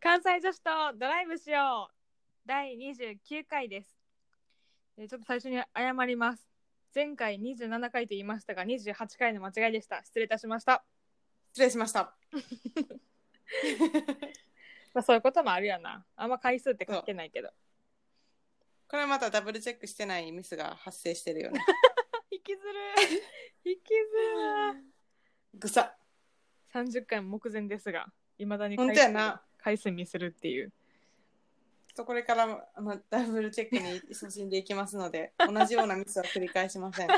関西女子とドライブしよう第29回ですでちょっと最初に謝ります前回27回と言いましたが28回の間違いでした失礼いたしました失礼しました。まあそういうこともあるやなあんま回数って書けないけどこれまたダブルチェックしてないミスが発生してる よね。引きずる引きぐさ。ずる30回目前ですがいまだに本回当や数な回数見するっていうちょっとこれからも、まあ、ダブルチェックに進んでいきますので、同じようなミスは繰り返しま せん。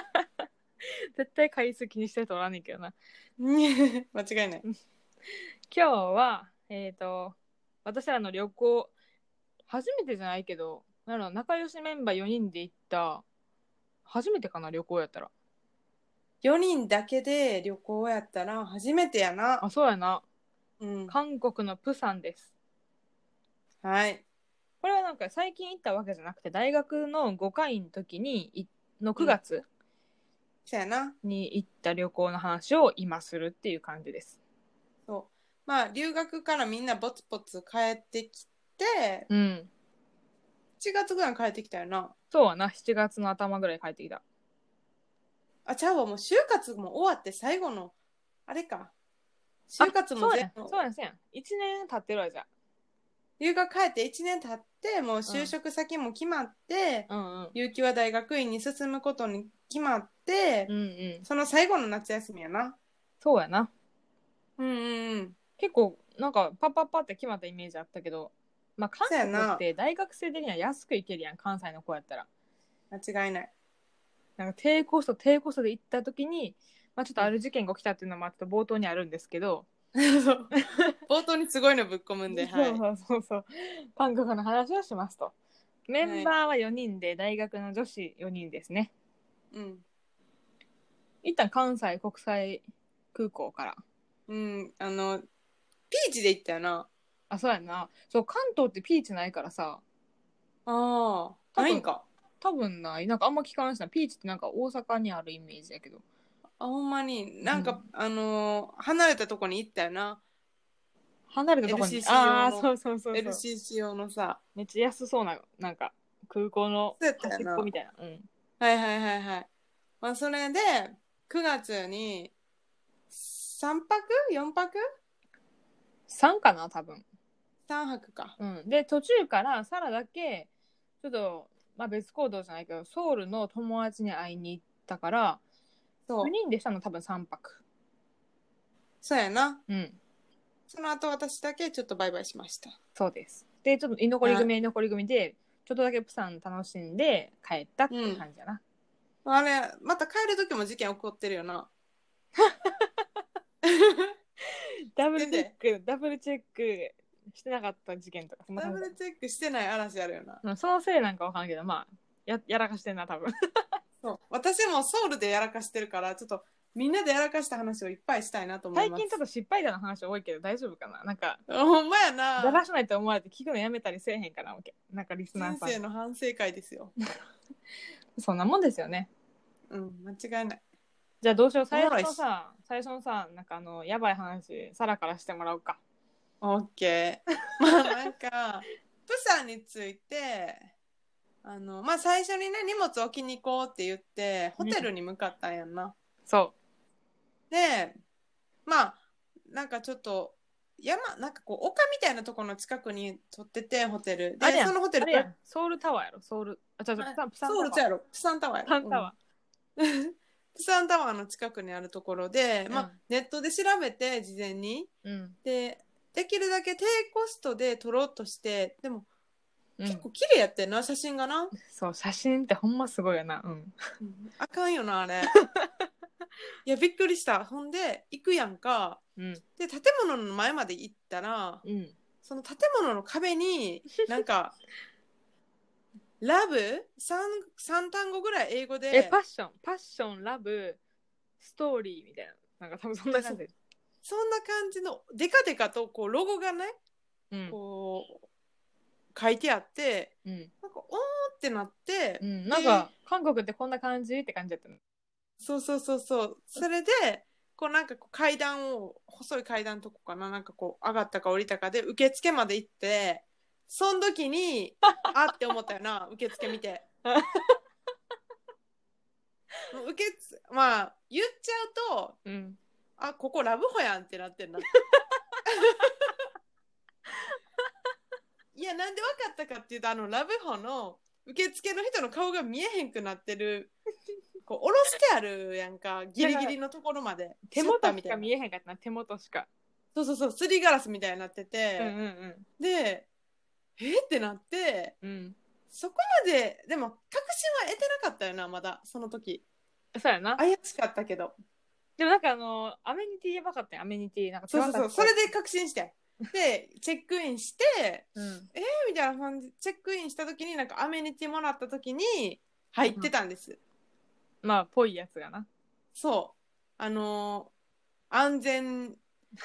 絶対回数気にしてるとおらんねんけどな間違いない。今日はえっ、と私らの旅行初めてじゃないけどなんやろ仲良しメンバー4人で行った初めてかな旅行やったら4人だけで旅行やったら初めてやなあ。そうやなうん。韓国のプサンですはい。これはなんか最近行ったわけじゃなくて大学の5回の時にいの9月そやな。に行った旅行の話を今するっていう感じですそう。まあ、留学からみんなぼつぼつ帰ってきて、うん7月ぐらいに帰ってきたよな。そうはな7月の頭ぐらい帰ってきたあ、ちゃうわ、もう就活も終わって最後の、あれか。就活もそう全や部んそうやんそうやん1年経ってるわじゃ留学帰って1年経ってもう就職先も決まって、あうんうん有給は大学院に進むことに決まってう、んうんその最後の夏休みやなそうやなうんうんうん結構なんかパッパッパって決まったイメージあったけど、まあ、韓そうや国なって大学生的には安く行けるやん関西の子やったら間違いないなんか低コスト低コストで行った時に、まあ、ちょっとある事件が起きたっていうのもちょっと冒頭にあるんですけど、そう 冒頭にすごいのぶっ込むんで、はそうい、そうそうそう韓国の話をしますとメンバーは4人で、大学の女子4人ですねうん、一旦関西国際空港からうん、あのピーチで行ったよなあそうやなそう関東ってピーチないからさあ多分ないんか多分ないなんかあんま聞かないしなピーチってなんか大阪にあるイメージやけどあほんまになんか、うんあのー離れたとこに行ったよな離れたところに LCC ああ用のそうそうそうそう LCC 用のさめっちゃ安そうななんか空港のそうやった端よっなこみたいなうんはいはいはいはい。まあ、それで、9月に、3泊 ?4 泊3かな多分、 ?3 泊か。うん、で途中からサラだけちょっと、まあ、別行動じゃないけどソウルの友達に会いに行ったからそう4。人でしたの多分3泊そうやな。うんその後私だけちょっとバイバイしました。そうですでちょっと居残り組居残り組でちょっとだけプサン楽しんで帰ったっていう感じやな、あれ、また帰る時も事件起こってるよな。ダブルチェックダブルチェックしてなかった事件とかそんなダ感ブじルチェックしてない嵐あるよな。うんそのせいなんかわからんけどまあややらかしてんな多分そう。私もソウルでやらかしてるから、ちょっとみんなでやらかした話をいっぱいしたいなと思い最ます。近ちょっと失敗談の話多いけど大丈夫かななんかと。ほんまやだな。らしないと思われて聞くのやめたりせえへんかなわけなんかリスナー人さ生んの反省会ですよ。そんなもんですよねうん、間違いない。じゃあどうしよう最おもろ初いのしさ最初のさなんかあのやばい話サラからしてもらおうかオッケー。 まあなんか、プサンについて、あの、まあ最初にね、荷物置きに行こうって言って、ホテルに向かったんやんな。そで、まあ、なんかちょっと、山、なんかこう、丘みたいなところの近くに取ってて、ホテル。うあれで、やんそのホテあルれやんソウルタワーやろソウルあちゃうちゃうプサンプサンソウルちタワーゃうやろ、プサンタワーやプろ。サンタワうんプサンタワーの近くにあるところで、まうあん、ネットで調べて、事前に。ーうんで、できるだけ低コストで取ろうとして、でも、う結ん構綺麗やってんな写真がなそう写真ってほんますごいよなうんあかんよな あれいやびっくりしたほんで行くやんかうんで建物の前まで行ったらうんその建物の壁にな んか「ラブ 3, 三単語ぐらい英語でえパッションパッションラブストーリーみたいななんか多分そんな感じそんな感じのでかでかとこうロゴがねうんこう書いてあってうんなんかおーってなって、うんなんか韓国ってこんな感じって感じだったのそうそうそうそうそれでこうなんかこう階段を細い階段のとこかななんかこう上がったか降りたかで受付まで行ってその時に あって思ったよな受付見てもう受付まあ言っちゃうとうん。あここラブホやんってなって んないやなんで分かったかっていうとあのラブホの受付の人の顔が見えへんくなっ てるこう下ろしてあるやんかギリギリのところまで手元しシャッタかーみたいな見えへんかったな、手元しか。そうそうそうすりガラスみたいになってて、うんうんでえってなってうん。うん。そこまででも確信は得てなかったよなまだその時そうやな。怪しかったけどでもなんかあの、アメニティやばかったよ、アメニティ。なんかそうそうそうそれで。で確信してでチェックインしてうん。みたいな感じチェックインした時になんかアメニティもらった時に入ってたんです、まあ、ぽいやつがな。そうあのー安全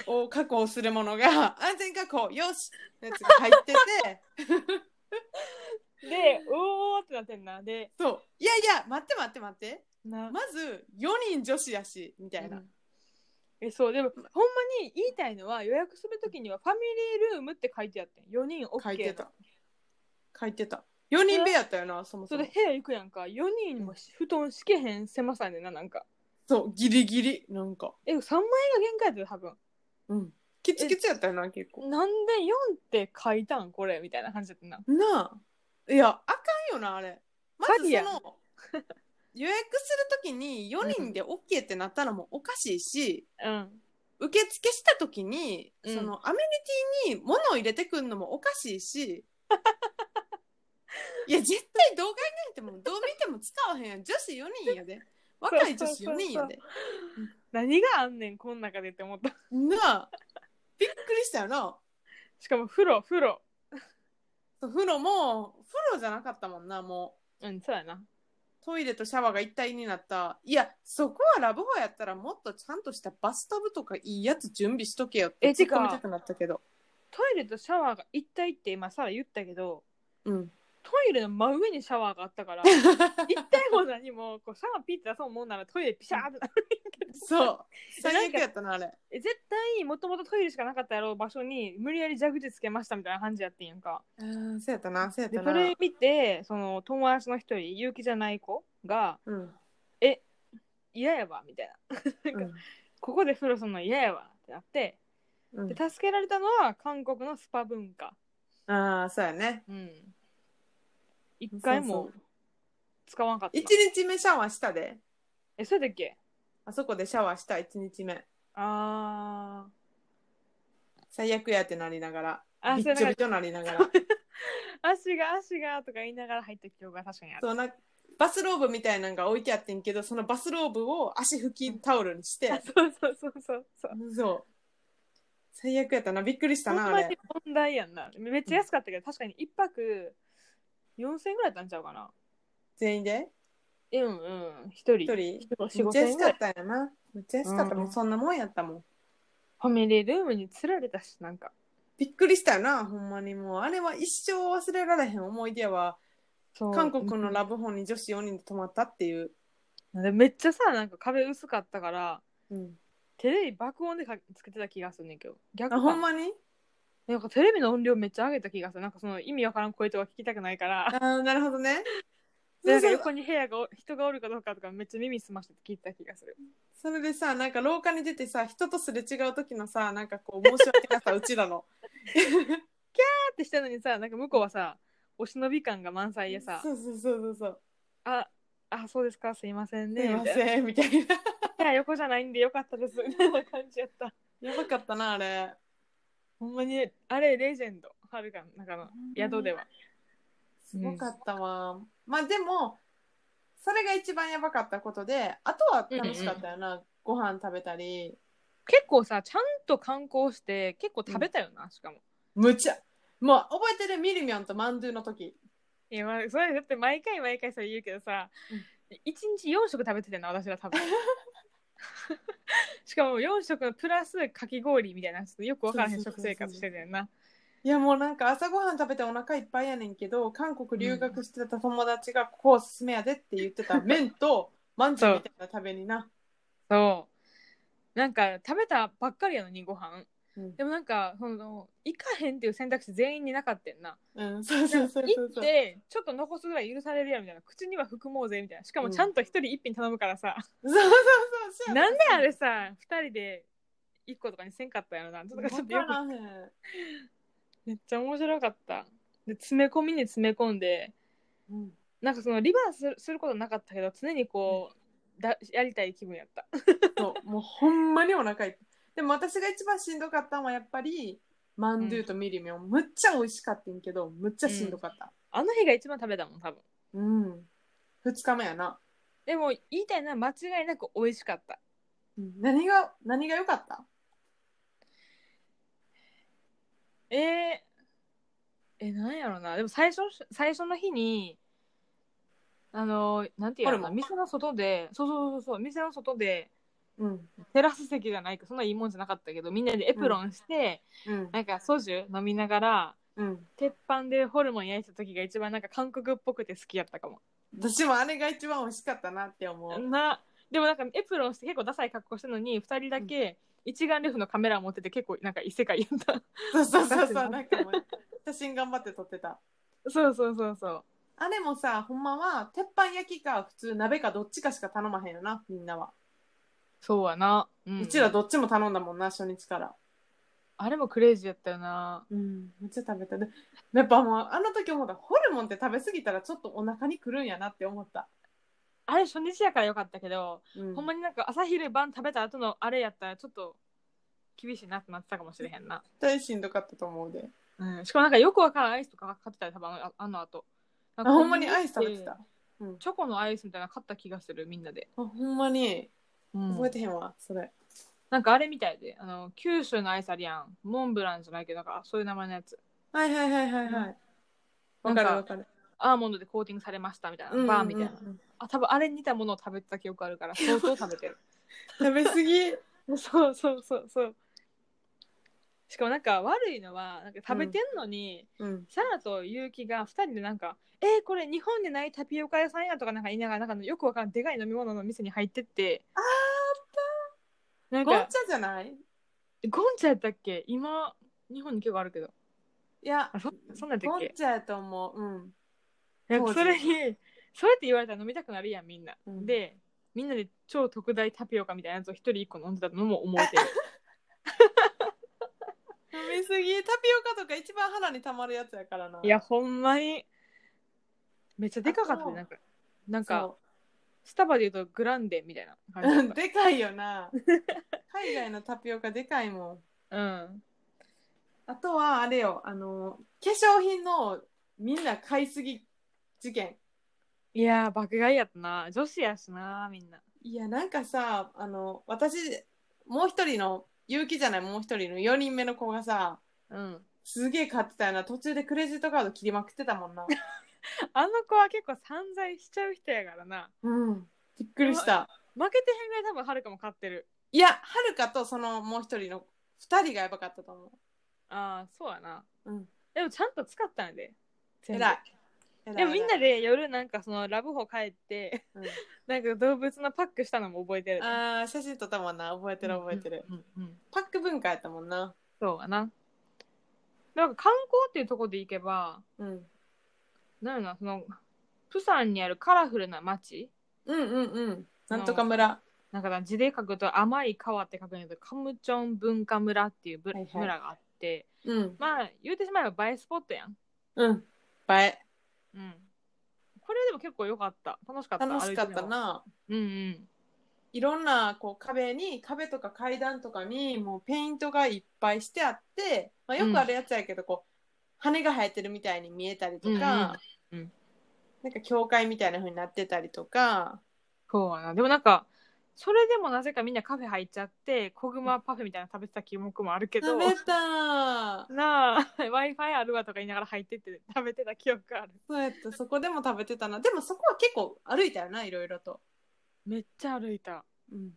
を確保するものが 安全確保よしのやつが入って てで、おーってなってんな。で、そういやいや待って待って待ってなまず4人女子やしみたいな、うんえそうでもほんまに言いたいのは予約するときにはファミリールームって書いてあってん4人 OK 書いてた書いてた4人部屋やったよなそもそそもれ部屋行くやんか4人も布団敷けへん狭さやねんななんかそうギリギリなんかえ3枚が限界だよ多分うんキツキツやったよな結構なんで4って書いたんこれみたいな感じだったななあいやあかんよなあれまパずそリやんの 予約するときに4人で OK ってなったらもうおかしいし、うん受付したときに、うんそのアメニティに物を入れてくるのもおかし いしいや絶対どう考えてもどう見ても使わへんやん女子4人やで若い女子4人やで何があんねんこん中でって思った なあびっくりしたよなしかも風呂風呂そう風呂も風呂じゃなかったもんなもううんそうやなトイレとシャワーが一体になった。いや、そこはラブホやったらもっとちゃんとしたバスタブとかいいやつ準備しとけよってえ突っ込みたくなったけど。トイレとシャワーが一体って今さら言ったけどうん。トイレの真上にシャワーがあったから 一体も何もこうシャワーピッて出そうもんならトイレピシャーってなるんやけど そう。最悪やったな、あれ。え絶対もともとトイレしかなかったやろう場所に無理やり蛇口つけましたみたいな感じやってんやんかうん、そうやったな、そうやっでたそな。れ見てその友達の一人結城じゃない子がうん。 「嫌やわ」みたいなうん「ここで風呂するの嫌やわ」ってなってうんで助けられたのは韓国のスパ文化ああ、そうやね。うん一回もそうそう使わんかったな一日目シャワーしたで。えそうだっけあそこでシャワーした、一日目。あー最悪やってなりながら。あびそうっちょなんかびちょなりながら。足が足がとか言いながら入った記憶が確かにあるそうなバスローブみたいなのが置いてあってんけど、そのバスローブを足拭きタオルにしてあ。そうそうそうそうそうそう。最悪やったな。びっくりしたほんな、あまれに。問題やんな。めっちゃ安かったけど、確かに一泊4000円ぐらいだったんちゃうかな。全員でうんうん、一人。一人4、めっ5000ちゃ円安ぐからっい。たんやな。めっちゃ安かった。うんもうそんなもんやったもん。ファミリールームに釣られたし、なんか。びっくりしたよな、ほんまにもう。あれは一生忘れられへん思い出やわ。そう韓国のラブホに女子4人で泊まったっていう。でめっちゃさ、なんか壁薄かったから、うん、テレビ爆音でかつけてた気がするねんけど。逆あかほんまになんかテレビの音量めっちゃ上げた気がする。なんかその意味わからん声とか聞きたくないから。あーなるほどね。でなんかそうそう横に部屋がお人がおるかどうかとかめっちゃ耳澄まして聞いてた気がする。それでさ、なんか廊下に出てさ、人とすれ違う時のさ、なんかこう、申し訳なさ、うちらの。パってしたのにさ、なんか向こうはさ、お忍び感が満載でさ、そうそうそうそうそう。あ、あ、そうですか、すいませんすね。いまみたいなせん、みたいな。いや、横じゃないんでよかったです。みたいな感じやった。やばかったな、あれ。ほんまに、あれ、レジェンド。はるかの中の宿では。すごかったわ。まあでも、それが一番やばかったことで、あとは楽しかったよな。ご飯食べたり。結構さ、ちゃんと観光して、結構食べたよな、しかも。むちゃ。もう覚えてるミルミョンとマンドゥの時。いや、まあ、それだって毎回毎回それ言うけどさ、一日4食食べてたよな、私は多 分。しかも4食プラスかき氷みたいな、ちょっとよくわからへんそうそう食そうそう生活してたよな。いやもうなんか朝ごはん食べてお腹いっぱいやねんけど、韓国留学してた友達がここおすすめやでって言ってた麺と、まんじゅうみたいな食べにな。そなんか食べたばっかりやのにご飯うんでもなんかその行かへんっていう選択肢全員になかったんなうん、そうそうそうそ行うっそう。てちょっと残すぐらい許されるやんみたいな口には含もうぜみたいなしかもちゃんと一人一品頼むから さ、そうそうそう。なんであれさ二人で一個とかにせんかったんやろなちょっとちょっとよわくからへん。めっちゃ面白かったで詰め込みに詰め込んでうんなんかそのリバースするすることなかったけど常にこうだやりたい気分やった そう、もうほんまにお腹いっぱい。でも私が一番しんどかったのはやっぱり、マンドゥとミリミョン。むっちゃ美味しかったんけど、むっちゃしんどかった。あの日が一番食べたもん多分うん。二日目やな。でも言いたいのは間違いなく美味しかったうん何が、何が良かったえー、えなんやろなでも最初最初の日にあのなんていうのかなホルモン店の外でそうそうそうそう店の外でうん。テラス席じゃないかそんないいもんじゃなかったけどみんなでエプロンして、うん。なんかソジュ飲みながらうん。鉄板でホルモン焼いた時が一番なんか韓国っぽくて好きやったかも私もあれが一番美味しかったなって思う。なでもなんかエプロンして結構ダサい格好してるのに2人だけ一眼レフのカメラ持ってて結構なんか異世界やったそうそうそだうそう。ってななんかもう、写真頑張って撮ってた。 そうそうそうそうあれもさ、ほんまは、鉄板焼きか普通鍋かどっちかしか頼まへんよな、みんなは。そうやな、ううんちらどっちも頼んだもんな、初日から。あれもクレイジーやったよなうん、めっちゃ食べた。でやっぱもう、あの時思った、ホルモンって食べ過ぎたらちょっとお腹にくるんやなって思った。あれ初日やからよかったけど、うん、ほんまになんか朝昼晩食べた後のあれやったらちょっと厳しいなってなってたかもしれへんな、絶対しんどかったと思うで。うん、しかもなんかよくわからんアイスとか買ってたよ多分ああの後あなかほんまにアイス食べてた。あチョコのアイスみたいなの買った気がするみんなで、ほんまに。うん覚えてへんわ、それ。なんかあれみたいであの九州のアイスあるやんモンブランじゃないけどなんかそういう名前のやつはいはいはいはいはい。うわんかるわかる。アーモンドでコーティングされましたみたいな、うんバーみたいな、うんうんあ多分あれに似たものを食べてた記憶ある から相当食べてる食べ過ぎ。そうそうそうそうしかもなんか悪いのはなんか食べてんのに、うん。サラと結城が2人でなんか「えー、これ日本でないタピオカ屋さんや」とかなんか言いながらなんかよくわからんでかい飲み物の店に入ってってああったゴなンんかチャじゃないゴンチャやったっけ今日本に結構あるけどいやあ、そそんなんだっゴンけチャやと思う。うん。いや当時それにそうやって言われたら飲みたくなるやんみんな、うんでみんなで超特大タピオカみたいなやつを一人一個飲んでたのも思えてる飲み過ぎ。タピオカとか一番腹にたまるやつやからな。いやほんまにめっちゃでかかったあそねうなんかなんそかう、スタバで言うとグランデみたいなう感んじだっでかいよな。海外のタピオカでかいもん。たうんあとはあれよ、あの、化粧品のみんな買いすぎ事件。いやー爆買いやったな女子やしなみんないや、なんかさ、あの、私、もう一人の、結城じゃない、もう一人の4人目の子がさ、うんすげえ買ってたよな。途中でクレジットカード切りまくってたも んな。あの子は結構散財しちゃう人やからなうん。びっくりした。負けてへんぐらい多分はるかも買ってるいや、はるかとそのもう一人の二人がやばかったと思ああそうやなう。うん。でもちゃんと使ったんやで全部偉い。偉いでもみんなで夜なんかそのラブホ帰って、うん なんか動物のパックしたのも覚えてる、偉いああ、写真撮ったもんな。覚えてる覚えてる。うんうんうんパック文化やったもんな。そうやななんか観光っていうところで行けばうん。なんやろなそのプサンにあるカラフルな街うんうんうん。なんとか村。なんかな字で書くと甘い川って書くんやけどカムチョン文化村っていうぶはいはい村があってうん。まあ言うてしまえば映えスポットやんうん。映え。うんこれでも結構良かった楽しかった楽しかっ歩いてたてもな。うんうんいろんなこう壁に壁とか階段とかにもうペイントがいっぱいしてあって、まあ、よくあるやつやけどこう、羽が生えてるみたいに見えたりとか、うんうんうんなんか教会みたいな風になってたりとかそうやなでもなんかそれでもなぜかみんなカフェ入っちゃって小熊パフェみたいなの食べてた記憶もあるけど食べ たなあ w i f i あるわとか言いながら入ってって食べてた記憶あるそうやってそこでも食べてたなでもそこは結構歩いたよないろいろと、めっちゃ歩いたうん、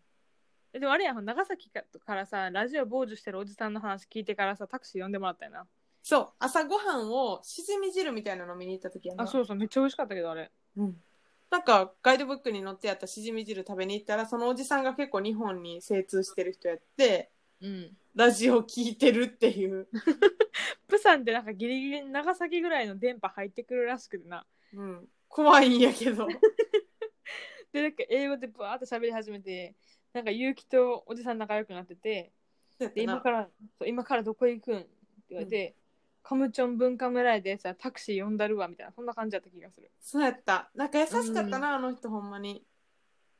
えでもあれやん長崎かからさラジオ傍受してるおじさんの話聞いてからさタクシー呼んでもらったよなそう朝ごはんをしじみ汁みたいなの飲みに行った時やなあそうそうめっちゃ美味しかったけどあれうん、なんかガイドブックに載ってやったしじみ汁食べに行ったらそのおじさんが結構日本に精通してる人やってうん。ラジオ聞いてるっていう、プサンってなんかギリギリ長崎ぐらいの電波入ってくるらしくてな。うん、怖いんやけどで、なんか英語でバーって喋り始めて、なんか結城とおじさん仲良くなってて、で、今から、そう今からどこ行くんって言われて、カムチョン文化村やでさ、タクシー呼んだるわみたいな、そんな感じだった気がする。そうやったなんか優しかったな、あの人ほんまに、い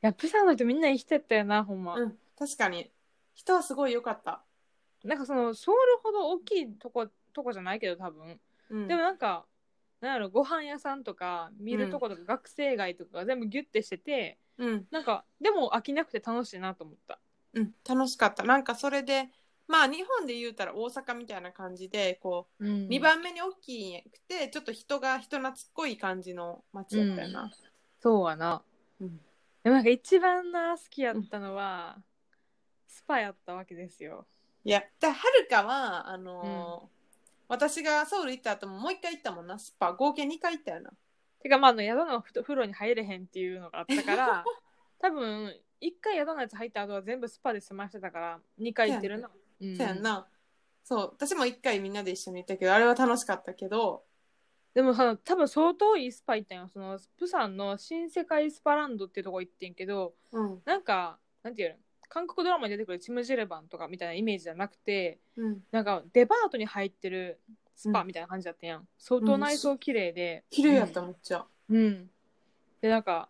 や、プサンの人みんないい人やったよな、ほんま。うん、確かに人はすごい良かった、なんかその、ソウルほど大きいとこ、とこじゃないけど、多分。うん、でもなんか、なんやろ、ご飯屋さんとか、見るとことか、学生街とか、全部ギュッてしてて、うんなんか、でも飽きなくて楽しいなと思った。うん、楽しかった。なんかそれで、まあ日本で言うたら大阪みたいな感じで、こうんう、2番目に大きくて、ちょっと人が人懐っこい感じの街やったよな。そうはな。うんでもなんか一番な好きやったのは、スパやったわけですよ。いや、だはるかは、あのー私がソウル行った後ももう一回行ったもんな、スパ。合計2回行ったよな。てかまああの宿のふと風呂に入れへんっていうのがあったから 多分一回宿のやつ入った後は全部スパで済ましてたから二回行ってるな。うんそうやんな。そう、私も一回みんなで一緒に行ったけど、あれは楽しかったけど、でもさ多分相当いいスパ行ったんよそのプサンの新世界スパランドっていうとこ行ってんけどうん、なんかなんていうの韓国ドラマに出てくるチムジレバンとかみたいなイメージじゃなくて、うん。なんかデパートに入ってるスパみたいな感じだったやん、相当内装綺麗で綺麗やった、めっちゃ。うん、うんでなんか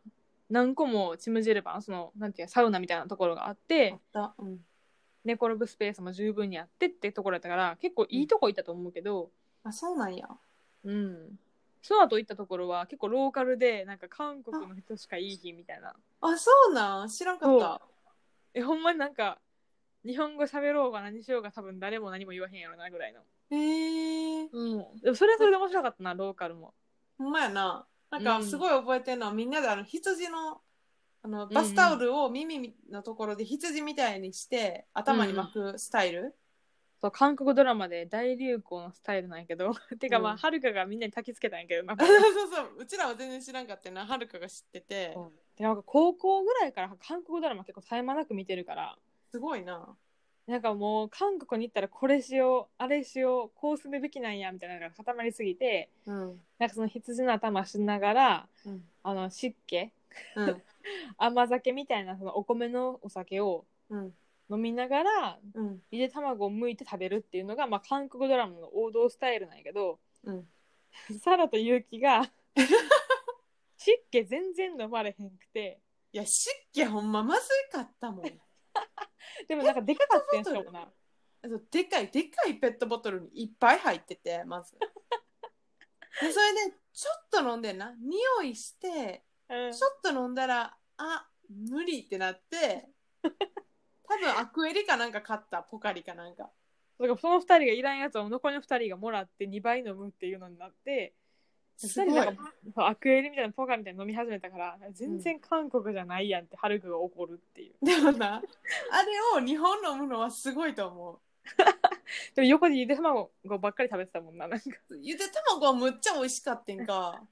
何個もチムジルバンそのなんていうのサウナみたいなところがあっあてった。うん。寝転ぶスペースも十分にあってってところだったから結構いいとこ行ったと思うけどあ、そうなんや。うん、その後行ったところは結構ローカルでなんか韓国の人しかいい日みたいなあ、そうなん知らんかった。えほんまになんか日本語喋ろうが何しようが多分誰も何も言わへんやろなぐらいの、へえー。うん、でもそれはそれで面白かったなローカルもほんまやな。なんうかんすごい覚えてるのは、みんなであの羊のあのんバスタオルを耳のところで羊みたいにして頭に巻くスタイル、そう韓国ドラマで大流行のスタイルなんやけど てかまうあんはるかがみんなに焚きつけたんやけどなそうそううちらは全然知らんかったよなはるかが知っててそうでなんか高校ぐらいから韓国ドラマ結構絶え間なく見てるからすごいななんかもう韓国に行ったらこれしようあれしようこうするべきなんやみたいなのが固まりすぎてうんなんかその羊の頭しながらうん、あの湿気うん甘酒みたいなそのお米のお酒をうん飲みながらうんゆで卵を剥いて食べるっていうのが、まあ、韓国ドラマの王道スタイルなんやけど、 うんサラとユウキが湿気全然飲まれへんくていや湿気ほんままずいかったもんでもなんかでかかったんペしッかトボトもなあとでかいでかいペットボトルにいっぱい入っててま ずでそれでちょっと飲んでんな匂いしてうんちょっと飲んだら、あ、無理ってなって、多分アクエリかなんか買った、ポカリかなんか。だからその2人がいらんやつを残りの2人がもらって2倍飲むっていうのになって2す人ごいなんかそうアクエリみたいなポカみたいなの飲み始めたから全然韓国じゃないやんってハルクが怒るっていう、でもな、あれを日本飲むのはすごいと思でも横でゆで卵ばっかり食べてたもんななんかう。ゆで卵はむっちゃ美味しかってんか、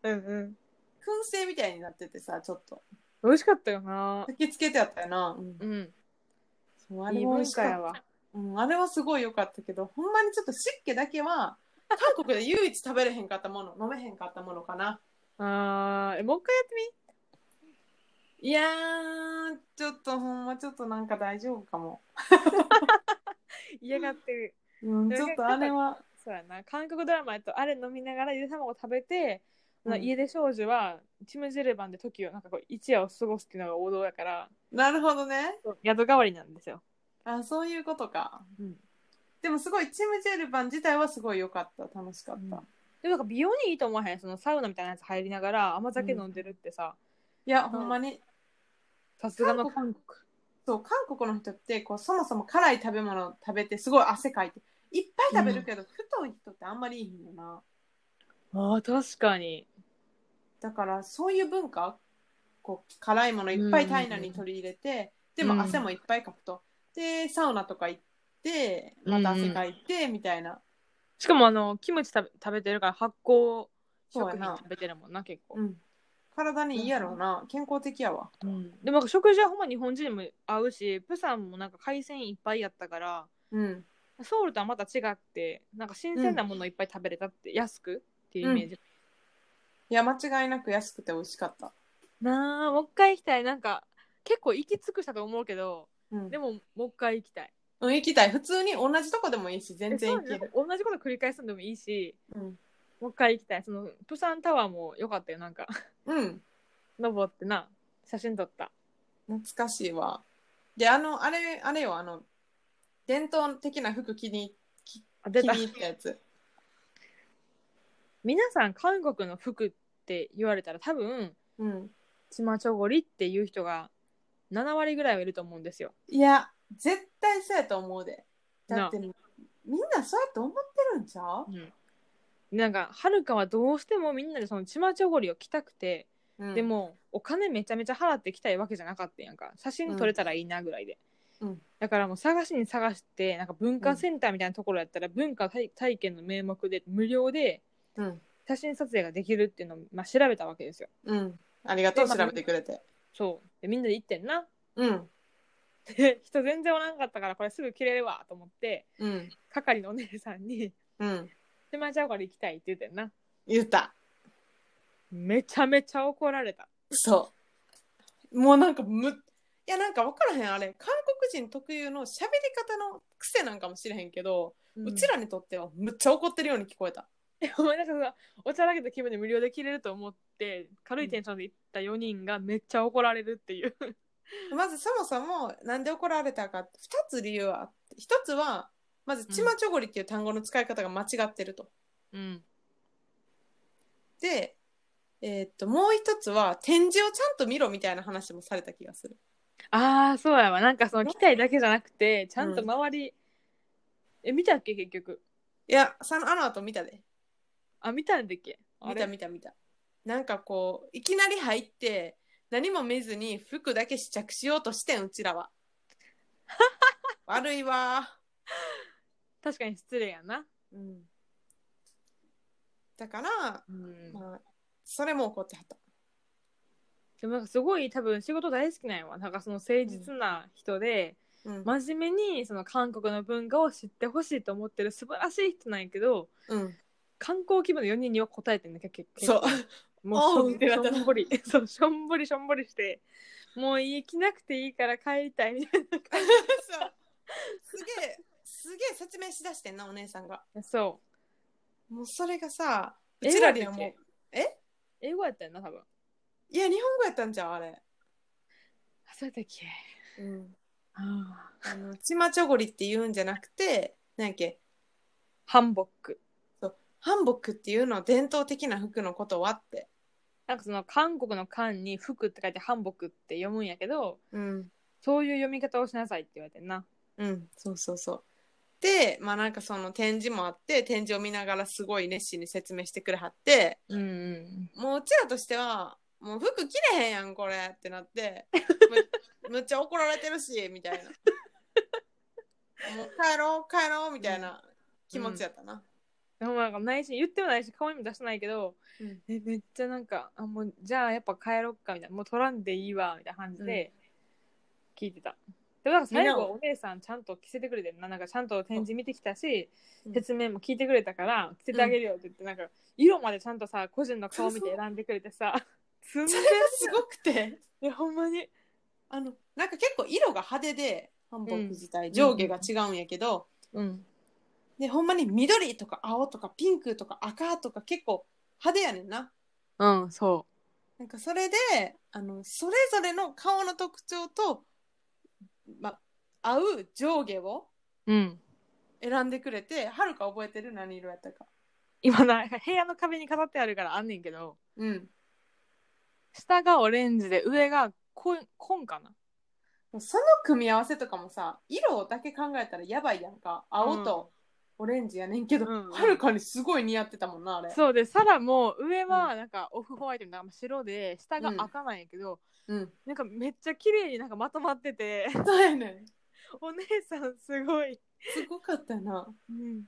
うんうん燻製みたいになっててさ、ちょっと。美味しかったよな焚きつけてあったよな。うんうんそうあいれいも美文味し化かやっわた。うん、あれはすごい良かったけど、ほんまにちょっと湿気だけは、韓国で唯一食べれへんかったもの、飲めへんかったものかな。あーえもう一回やっていやー、ちょっとほんまちょっとなんか大丈夫かも。み嫌がってるうん、ちょっとあれは。そうやな韓国ドラマやとあれ飲みながらゆで卵食べて、うんまあ家出少女はチムジェルバンで時をなんかこう一夜を過ごすっていうのが王道だからなるほどね。宿代わりなんですよ、あ、そういうことか。うん、ででもすごい、チムジェルバン自体はすごい良かった。楽しかった。うんもなんか美容にいいと思わへんそのサウナみたいなやつ入りながら甘酒飲んでるってさいや、ほんまに。さすがの韓国そう、韓国の人って、こう、そもそも辛い食べ物を食べて、すごい汗かいて、いっぱい食べるけど、太い人ってあんまりいいんだな。ああ確かにだから、そういう文化、こう、辛いものいっぱい体内に取り入れて、でうんも汗もいっぱいかくと。で、サウナとか行って、また汗かいて、みたいな。しかもあのキムチ食べ食べてるから発酵そうや食な品食べてるもんな結構、うん、体にいいやろうな健康的やわうんでもなんか食事はほんま日本人にも合うしプサンもなんか海鮮いっぱいやったからうんソウルとはまた違ってなんか新鮮なものいっぱい食べれたって、安くっていうイメージ、いや間違いなく安くて美味しかった、なあもう一回行きたいなんか結構行き尽くしたと思うけどうん、でももう一回行きたいうん行きたい普通に同じとこでもいいし全然そう行けなんかる、同じこと繰り返すのでもいいしうんもう一回行きたいそのプサンタワーも良かったよなんか うん、登ってな写真撮った懐かしいわであのあれあれよあの伝統的な服着にあ着出にた入ったやつ皆さん韓国の服って言われたら多分うんチマチョゴリっていう人が7割ぐらいはいると思うんですよいや絶対そうやと思うでだなってみんなそうやって思ってるんちゃう、なんかはるかはどうしてもみんなでそのチマチョゴリを着たくて、うんでもお金めちゃめちゃ払ってきたいわけじゃなかったやんか写真撮れたらいいなぐらいで、うんだからもう探しに探してなんか文化センターみたいなところやったら文化体体験の名目で無料でうん写真撮影ができるっていうのを、まあ、調べたわけですようんありがとうでま調あべてくれてそうでみんなで行ってんなうんで人全然おらんかったからこれすぐ着れるわと思ってうん係のお姉さんにうん「チマチョゴリ行きたい」って言ってんな言っためちゃめちゃ怒られたそうもうなんかむいやなんか分からへんあれ韓国人特有の喋り方の癖なんかもしれへんけど、うちらにとってはむっちゃ怒ってるように聞こえたお前なんかそのおちゃらけた気分で無料で着れると思って軽いテンションで行った4人がめっちゃ怒られるっていう、 まずそもそもなんで怒られたかって2つ理由はあって1つはまず「ちまちょごり」っていう単語の使い方が間違ってると。 うん、で、えーっともう1つは展示をちゃんと見ろみたいな話もされた気がする。ああそうやわなんかその着たいだけじゃなくてちゃんと周り、え見たっけ結局いやさあの後見たであ見たんだっけあ見れた見た見た。なんかこういきなり入って何も見ずに服だけ試着しようとしてんうち らは。悪いわ、確かに失礼やな、うん。だから、うんまあ、それも怒ってはった。でもなんかすごい多分仕事大好きなんやわなんかその誠実な人で、うん真面目にその韓国の文化を知ってほしいと思ってる素晴らしい人なんやけどうん、観光気分の4人には答えてんだけど結 結そう。もおううしょっんてなったしょんぼり そうしょんぼりしょんぼりしてもういい着なくていいから帰りたいみたいそうすげえすげえ説明しだしてんなお姉さんがなそもうそれがさううちらにはもう英語やったっけ英語やったよな多分いや日本語やったんじゃんあれ、あそうやったっけうん、あーあのちまちょごりって言うんじゃなくて何やっけハンボックハンボックっていうのは伝統的な服のことはってなんかその韓国の漢に服って書いてハンボックって読むんやけどうんそういう読み方をしなさいって言われてんなうんそうそうそうでまあなんかその展示もあって展示を見ながらすごい熱心に説明してくれはってうんうんもううちらとしてはもう服着れへんやんこれってなって むむっちゃ怒られてるしみたいなもう帰ろう帰ろうみたいな気持ちやったな、でもなんか内心言ってもないし顔にも出してないけど、うんえめっちゃなんかあもうじゃあやっぱ帰ろっかみたいなもう取らんでいいわみたいな感じで聞いてた、でもなんか最後みんなをお姉さんちゃんと着せてくれてんななんかちゃんと展示見てきたし、うん説明も聞いてくれたから着せてあげるよって言って、なんか色までちゃんとさ個人の顔見て選んでくれてさつんで それがすごくていやほんまにあのなんか結構色が派手でハンボック自体、ん上下が違うんやけど、うんでほんまに緑とか青とかピンクとか赤とか結構派手やねんなうんそなんかそれであのそれぞれの顔の特徴と、ま、合う上下をううん選んでくれてはるか覚えてる何色やったか今なんか部屋の壁に飾ってあるからあんねんけどうん下がオレンジで上が紺紺かなその組み合わせとかもさ色だけ考えたらやばいやんか青とオレンジやねんけど、うんうんはるかにすごい似合ってたもんなあれそうでサラも上はなんかオフホワイトみたいな白で下が赤なんやけど、うんなんかめっちゃ綺麗になんかまとまってて そうやねんお姉さんすごい、すごかったよなうん、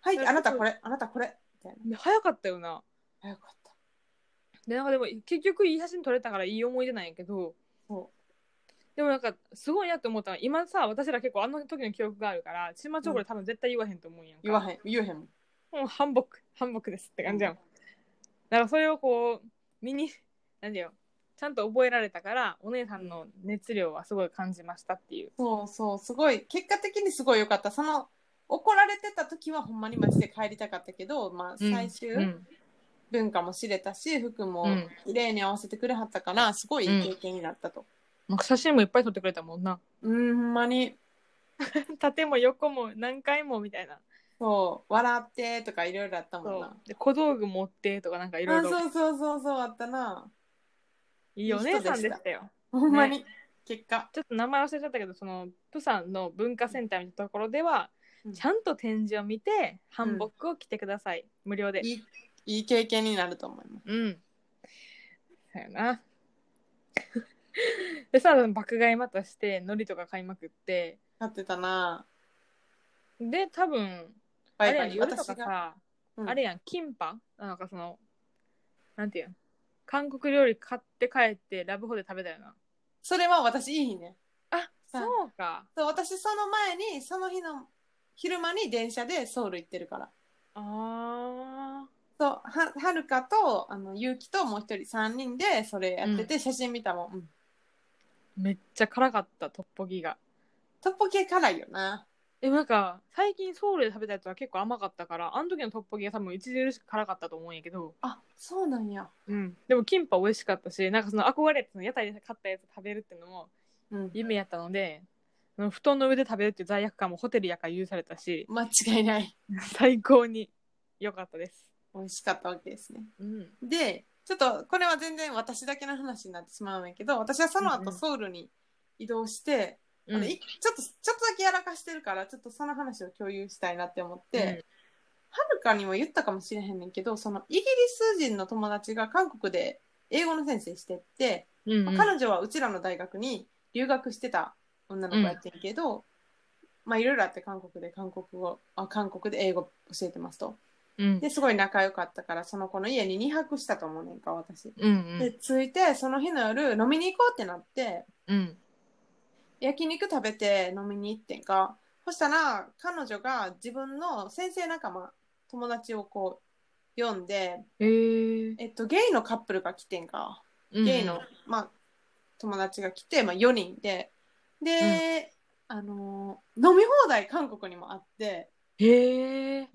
はいあなたこれあなたこれみたいな早かったよなあよかった。でなんかでも結局いい写真撮れたからいい思い出なんやけどそでもなんかすごいなって思ったのは今さ私ら結構あの時の記憶があるからちまちょこれ多分絶対言わへんと思うんやんか、言わへん、言えへんもん。もうハンボックハンボックですって感じやん、だからそれをこう身に何だよちゃんと覚えられたからお姉さんの熱量はすごい感じましたっていうそうそう、すごい、結果的にすごい良かった。その、怒られてた時はほんまにマジで帰りたかったけど、まあ、最終うん文化も知れたし、服もうん綺麗に合わせてくれはったから、すごいいい経験になったと。なんか写真もいっぱい撮ってくれたも んなうん、ほんまに、縦も横も何回もみたいなそう、笑ってとかいろいろあったもんそなう。で小道具持ってとかなんかいろいあ、ろそうそうそうそう、あったな。いいお姉さんでしたよほんまに、結果。ちょっと名前忘れちゃったけどそのプサンの文化センターみたいなところでは、うんちゃんと展示を見てハンボックを着てください、無料でいい、いい経験になると思います。うん。だよな。 でさ、爆買いまたして、海苔とか買いまくって、買ってたな。で、多分、バあイれバやん、イ、夜と私かが。さ、うんあれやん、キンパなんかその、なんていうん、韓国料理買って帰ってラブホで食べたよな。それは私いい日ね。あ、はいそうか。そう、私その前に、その日の昼間に電車でソウル行ってるから。あそう、は、はるかと、あの、ゆうきともう一人三人で、それやってて、写真見たもん。うん。ー、めっちゃ辛かった、トッポギが。トッポギ辛いよな。でもなんか、最近ソウルで食べたやつは結構甘かったから、あの時のトッポギが多分著しく辛かったと思うんやけど、あ、そうなんや。うん、でもキンパ美味しかったしなんかその憧れてその屋台で買ったやつ食べるっていうのもうん。夢やったのでその布団の上で食べるっていう罪悪感もホテルやから許された し間違いない。最高に良かったです、美味しかったわけですね。うん、で、ちょっと、これは全然私だけの話になってしまうんやけど、私はそのうんう後んソウルに移動して、あのいちょっと、ちょっとだけやらかしてるから、ちょっとその話を共有したいなって思って、はるかにも言ったかもしれへんねんけど、そのイギリス人の友達が韓国で英語の先生してって、うんうんまあ彼女はうちらの大学に留学してた女の子やってんけど、まあいろいろあって韓国で韓国語、あ、韓国で英語教えてますと。うんで、すごい仲良かったから、その子の家に2泊したと思うねんか、私。うんうで、ん着いて、その日の夜飲みに行こうってなって、うん焼肉食べて飲みに行ってんか。そしたら、彼女が自分の先生仲間、友達をこう、呼んで、えーえっと、ゲイのカップルが来てんか。うんゲイの、まあ、友達が来て、まあ、4人で。で、あのー飲み放題韓国にもあって、へえ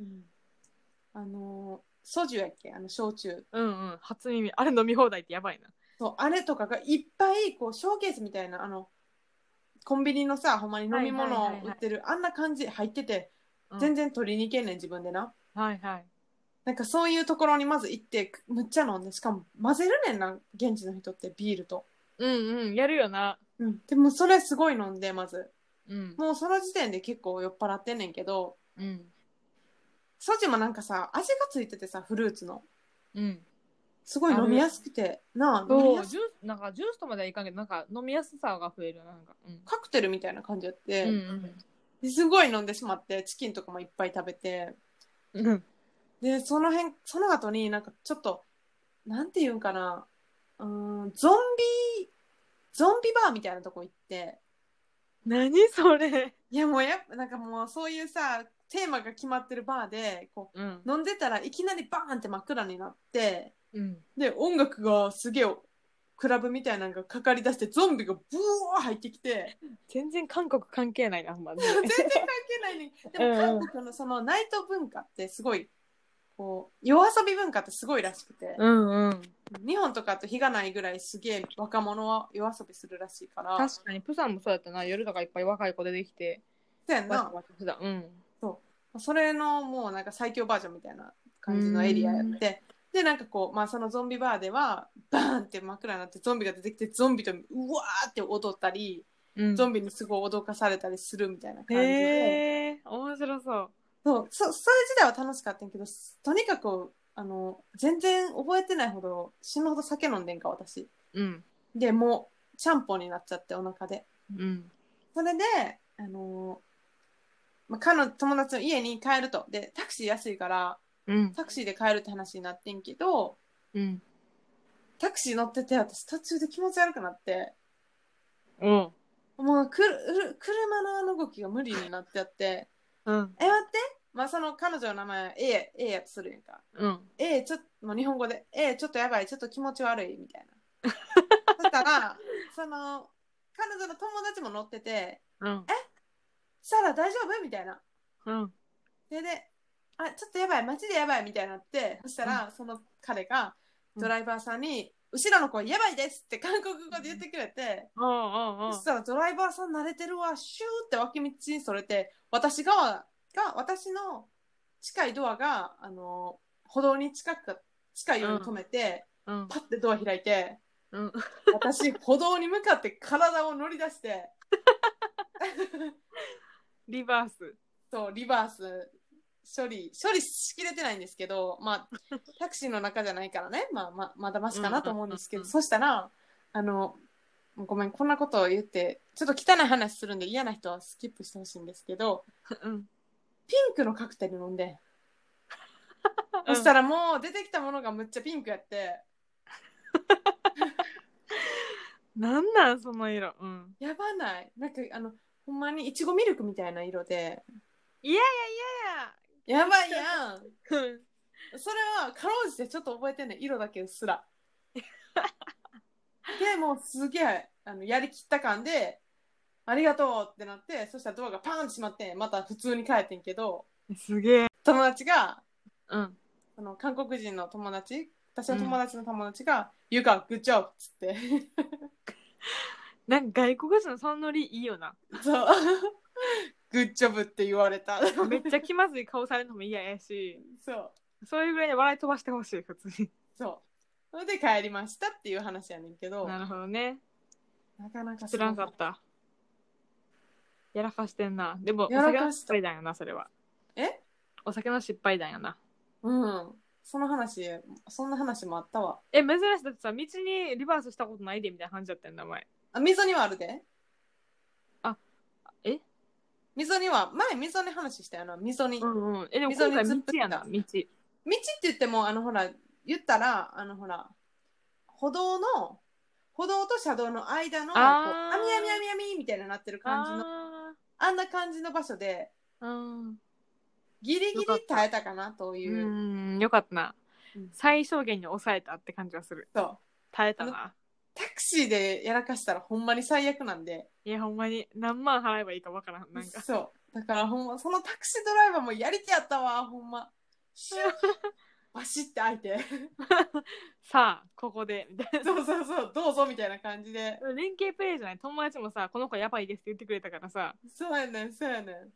あのーソジュやっけあの、焼酎。うんうん初耳あれ飲み放題ってやばいなそう、あれとかがいっぱい、こう、ショーケースみたいな、あの、コンビニのさ、ほんまに飲み物をはいはいはい売はいってる、あんな感じ入っててう、ん全然取りに行けんねん、自分でな。はいはいなんかそういうところにまず行って、むっちゃ飲んで、しかも混ぜるねんな、現地の人って、ビールと。うんうんやるよなうん、でもそれすごい飲んでまずうんもうその時点で結構酔っ払ってんねんけどうんソジもなんかさ味がついててさフルーツのうんすごい飲みやすくてなあ飲みそやうすジュースなんかジュースとまではいかんけどなんか飲みやすさが増えるなんかうんカクテルみたいな感じやって、うんですごい飲んでしまってチキンとかもいっぱい食べてうんでその辺その後になんかちょっとなんていうんかなうーんゾンビゾンビバーみたいなとこ行って何それいやもうやっぱなんかもうそういうさテーマが決まってるバーでこうんう飲んでたらいきなりバーンって真っ暗になってうんで音楽がすげえクラブみたいなのがかかりだしてゾンビがブワー入ってきて全然韓国関係ないなほんまに全然関係ないねでもうんうん韓国のそのナイト文化ってすごいこう夜遊び文化ってすごいらしくて、うんうん日本とかと日がないぐらいすげえ若者は夜遊びするらしいから確かにプサンもそうやったな夜とかいっぱい若い子出てきてそうやんわちゃなわちゃしてたうんそれのもうなんか最強バージョンみたいな感じのエリアやってでなんかこう、まあ、そのゾンビバーではバーンって真っ暗になってゾンビが出てきてゾンビとうわーって踊ったりうんゾンンビにすごい脅かされたりするみたいな感じで、へえ面白そうそうそそれ自体は楽しかったんやけどとにかくあの全然覚えてないほど死ぬほど酒飲んでんか私うんでもうちゃんぽんになっちゃってお腹でうんそれであの、まあ、彼の友達の家に帰るとでタクシー安いからうん。タクシーで帰るって話になってんけどうん。タクシー乗ってて私途中で気持ち悪くなってうん。もうくる車のあの動きが無理になってあってうん。え待ってまあその彼女の名前 A や A やとするやんかうん。えー、ちょっと、もう日本語で、えー、ちょっとやばい、ちょっと気持ち悪い、みたいな。そしたら、その、彼女の友達も乗ってて、うん。サラ大丈夫みたいな。うん。で、で、あ、ちょっとやばい、街でやばい、みたいになって、そしたら、その彼が、うんドライバーさんに、後ろの声、やばいですって韓国語で言ってくれて、うん。うん。そしたらドライバーさん慣れてるわ、シューって脇道にそれて、私側が、私の近いドアが、あの、歩道に近く、近いように止めて、うん。パッてドア開いて、うん私、歩道に向かって体を乗り 出して、リバース。そう、リバース処理、処理しきれてないんですけど、ま あ、タクシーの中じゃないからね、まあ、まあ、まだマシかなと思うんですけうんうど、んそしたら、あの、ごめん、こんなことを言って、ちょっと汚い話するんで嫌な人はスキップしてほしいんですけど、うん。ピンクのカクテル飲んで、そしたらもう出てきたものがむっちゃピンクやって、なんなん、その色。うん。やばない。なんか、あの、ほんまにいちごミルクみたいな色で、やばいやん。それはかろうじてちょっと覚えてんねん色だけうっ すらでもうすげえあのやりきった感で「ありがとう」ってなってそしたらドアがパーンって閉まってまた普通に帰ってんけど すげえ。友達がうん。あの韓国人の友達私の友達の友達が「ゆかグッジョブ」っつって なんか外国人のそのノリいいよな。そう 「グッジョブ」って言わ れためっちゃ気まずい顔されるのも嫌やし、そうそういうぐらいで笑い飛ばしてほしい、普通に。そうそれで帰りましたっていう話やねんけどなるほどね。なかなか知らんかった。やらかしてんな。でも、おやら酒のか失した敗談やな、それは。えお酒の失敗談やな。うんその話そんな話もあったわえ、珍しい。だってさ、道にリバースしたことないでみたいな感じだったんだ、前。あ溝にはあるでえ溝には前溝に話したよな溝に、う道っんうん。え、でも溝今に回突っ道やな、伏道。て言ってもあのほら言ったらあのほら歩道の歩道と車道の間のこうあー網網網網みたいになってる感じのああんな感じの場所でーうん。ギリギリよかった耐えたかなというう、ん、よかったなうん。最小限に抑えたって感じがする。そう耐えたな。タクシーでやらかしたらほんまに最悪なんでいや、ほんまに何万払えばいいかわからん。 なんか。そうだからほんまそのタクシードライバーもやりてやったわほ んまシュッバシッて開いてさあ、ここで、みたいな。そうそうそうどうぞみたいな感じで連携プレイじゃない友達もさ、この子やばいですって言ってくれたからさ、そうやねんそうやねん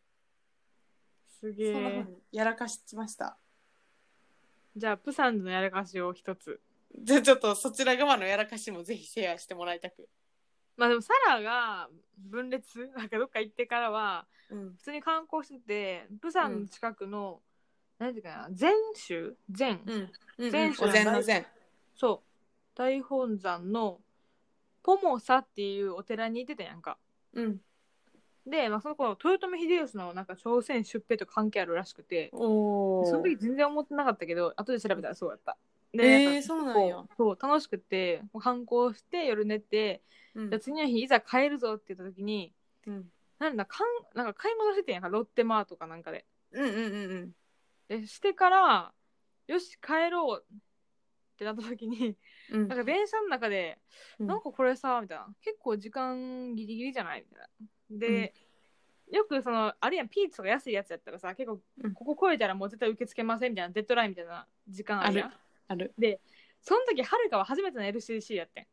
すげそんなふうえ。にやらかしました。じゃあ、プサンズのやらかしを一つ。じゃあちょっとそちら側のやらかしもぜひシェアしてもらいたく。まあでも、サラが分裂、 なんかどっか行ってからは、うん。普通に観光してて、プサンの近くの、なんていうかな、全州全、うん。うん、うん。前者お膳の膳。そう、大本山のポモサっていうお寺に行ってたやんか。うん。で、まあ、その頃、豊臣秀吉のなんか朝鮮出兵と関係あるらしくて、おその時全然思ってなかったけど、後で調べたらそうだった。でえやえっぱそうなんや。そう楽しくてもう観光して夜寝て、うんじゃあ次の日いざ帰るぞって言った時にうん。なんだかんなんか買い物しててんやんかロッテマートかなんかでうんうんうんうん。でしてからよし帰ろうってなった時にうんなんか電車の中で、うんなんかこれさみたいな結構時間ギリギリじゃないみたいなで、よくそのあるいはピーチとか安いやつやったらさ結構うんここ超えたらもう絶対受け付けませんみたいなデッドラインみたいな時間あるやんあある。その時はるかは初めての LCC やってん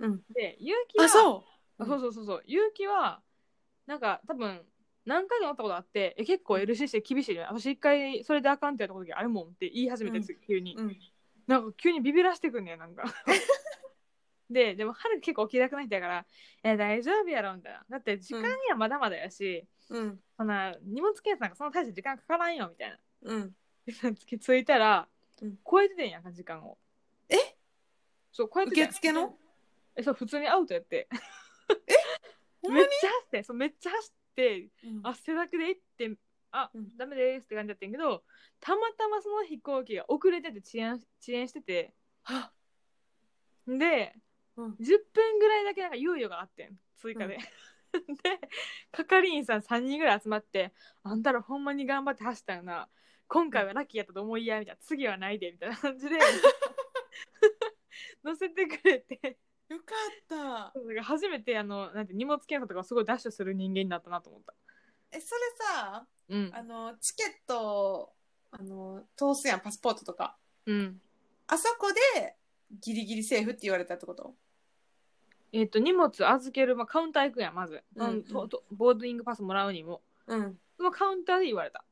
うん。で結城はあ、そうあそうそうそうそう結城はなんか多分何回か乗ったことあってえ結構 LCC 厳しいね私一回それであかんってやった時あれもんって言い始めて、うん次急に、うん。なんか急にビビらしてくんねや なんかででも春結構お気楽な人やから「え大丈夫やろ」みたいなだって時間にはまだまだやし、うん。そんな荷物検査なんかそんな大して時間かからんよみたいな うん。気づいたら、うん超えててんやんか時間をえそう超えててん受付のえそう普通にアウトやってほんめ まっにちゃ走ってそうめっちゃ走ってうん汗だくで行ってあ、うんダメですって感じだったんやけどたまたまその飛行機が遅れてて遅延遅延しててはでうん10分ぐらいだけなんか猶予があってん追加で、 で係員さん3人ぐらい集まって「あんたらほんまに頑張って走ったよな今回はラッキーやったと思いや」みたいな「次はないで」みたいな感じ で乗せてくれてよかったなんか初めてあのなんて荷物検査とかをすごいダッシュする人間になったなと思った。えそれさうんあのチケットあの通すやんパスポートとかうんあそこでギリギリセーフって言われたってことえっと荷物預ける、まあ、カウンター行くやんまず、うんうんととボードイングパスもらうにもうんそのカウンターで言われた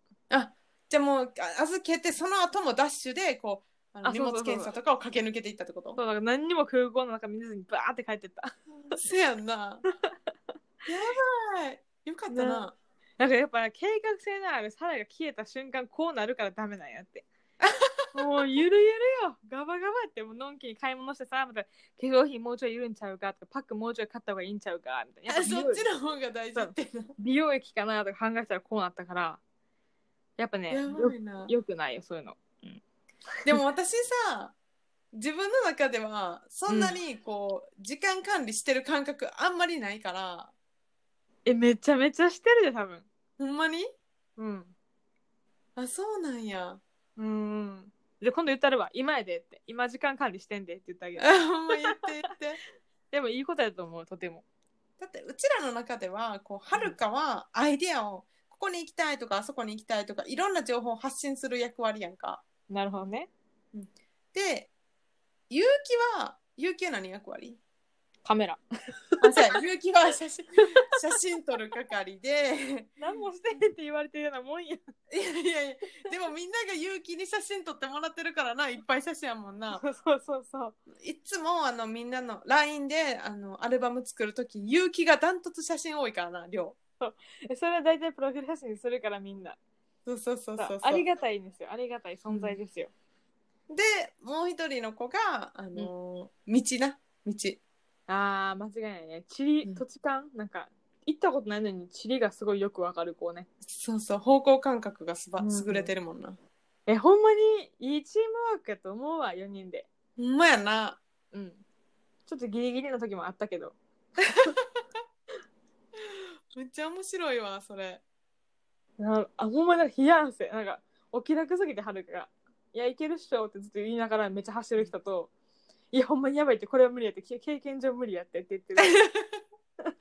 じゃあもうあ預けてその後もダッシュでこうあのあ荷そうそう物そう検査とかを駆け抜けていったってこそとうだから何にも空港の中見ずにバーって帰ってった せやんなやばいよかったななんかやっぱ計画性のあるサラが消えた瞬間こうなるからダメなんやって もうゆるゆるよガバガバってもうのんきに買い物してさまた化粧品もうちょいいるんちゃうかとかパックもうちょい買った方がいいんちゃうかみたいなやあっぱ美そ容っちの方が大事ってな美容液かなとか考えたらこうなったからやっぱねやよばいなよくないよそういうのでも私さ自分の中ではそんなにこう、時間管理してる感覚あんまりないからえめちゃめちゃしてるで多分ほんまにうんあそうなんやうんで今度言ったれば今やでって今時間管理してんでって言ってあげある ほんま言って言ってでもいいことやと思うとても だってうちらの中ではこうはるかはアイデアをここに行きたいとかあそこに行きたいとかいろんな情報を発信する役割やんかなるほどねで結城は結城は何役 割カメラあそうや結城は写真写真撮る係で何もしてへんって言われてるようなもんやいやいやいやでもみんなが勇気に写真撮ってもらってるからないっぱい写真やもんな そうそうそうそう。いつもあのみんなの LINE であのアルバム作る時勇気がダントツ写真多いからな量えそれは大体プロフィール写真にするからみんな。そうそうそうそうそうありがたいんですよ。ありがたい存在ですよ。でもう一人の子があの、道な道ああ間違いないね。地理、うん土地勘なんか行ったことないのに地理がすごいよくわかる子ね。そうそう方向感覚がすばうんうん優れてるもんな、えほんまにいいチームワークやと思うわ4人で。ほんまやなうん。ちょっとギリギリの時もあったけど。めっちゃ面白いわそれなあほんまになんか冷や汗なんかお気楽すぎてはるかが「いやいけるっしょ」ってずっと言いながらめっちゃ走る人と「いやほんまにやばいってこれは無理やってけ経験上無理やって」って言ってる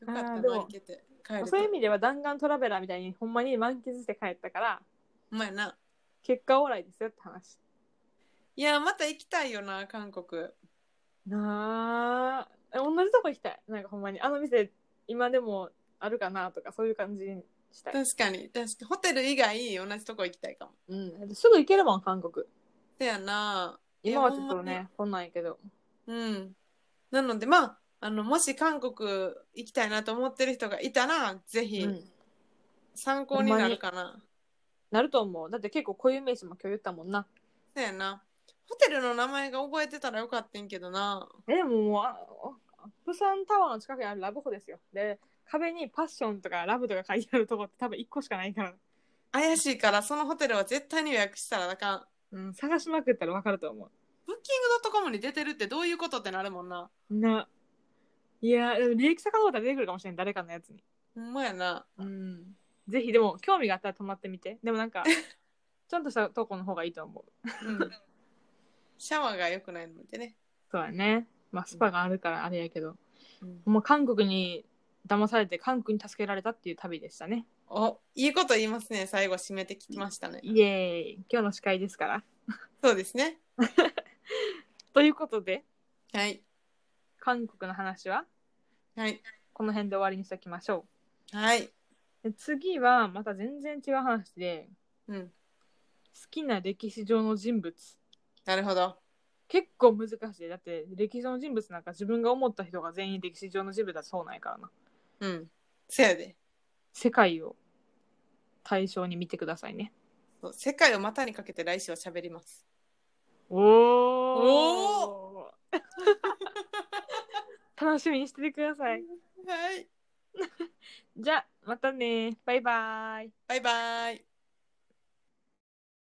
よかったあなーでも行けて帰れてそういう意味では弾丸トラベラーみたいにほんまに満喫して帰ったからほんまやな結果オーライですよって話いやまた行きたいよな韓国なあえ同じとこ行きたいなんかほんまにあの店今でもあるかなとかそういう感じにしたい、確かに確かにホテル以外同じとこ行きたいかもうん、すぐ行けるもん韓国せやな今はちょっとねこんなんやけどうんなのでまああのもし韓国行きたいなと思ってる人がいたらぜひうん参考になるかな、なると思うだって結構固有名詞も今日言ったもんなせやなホテルの名前が覚えてたらよかったんけどなえでももうあプサンタワーの近くにあるラブホですよで壁にパッションとかラブとか書いてあるとこって多分1個しかないから、怪しいからそのホテルは絶対に予約したらあかんうん、探しまくったら分かると思うブッキング .com に出てるってどういうことってなるもんなないやーでも利益坂の方が出てくるかもしれない誰かのやつにほんまやなうんぜひでも興味があったら泊まってみてでも なんかちゃんとしたとこの方がいいと思ううん シャワーが良くないのでね、そうだねまあスパがあるからあれやけど、うんもう韓国に騙されて韓国に助けられたっていう旅でしたねおいいこと言いますね最後締めて聞きましたねイエーイ今日の司会ですからそうですねということではい韓国の話ははいこの辺で終わりにしておきましょはい、うで次はまた全然違う話でうん、好きな歴史上の人物なるほど結構難しいだって歴史上の人物なんか自分が思った人が全員歴史上の人物だとそうないからなうんせやで世界を対象に見てくださいねそう世界を股にかけて来週は喋りますお お楽しみにしててくださいはいじゃあ、またね。バイバイ。バイバイ。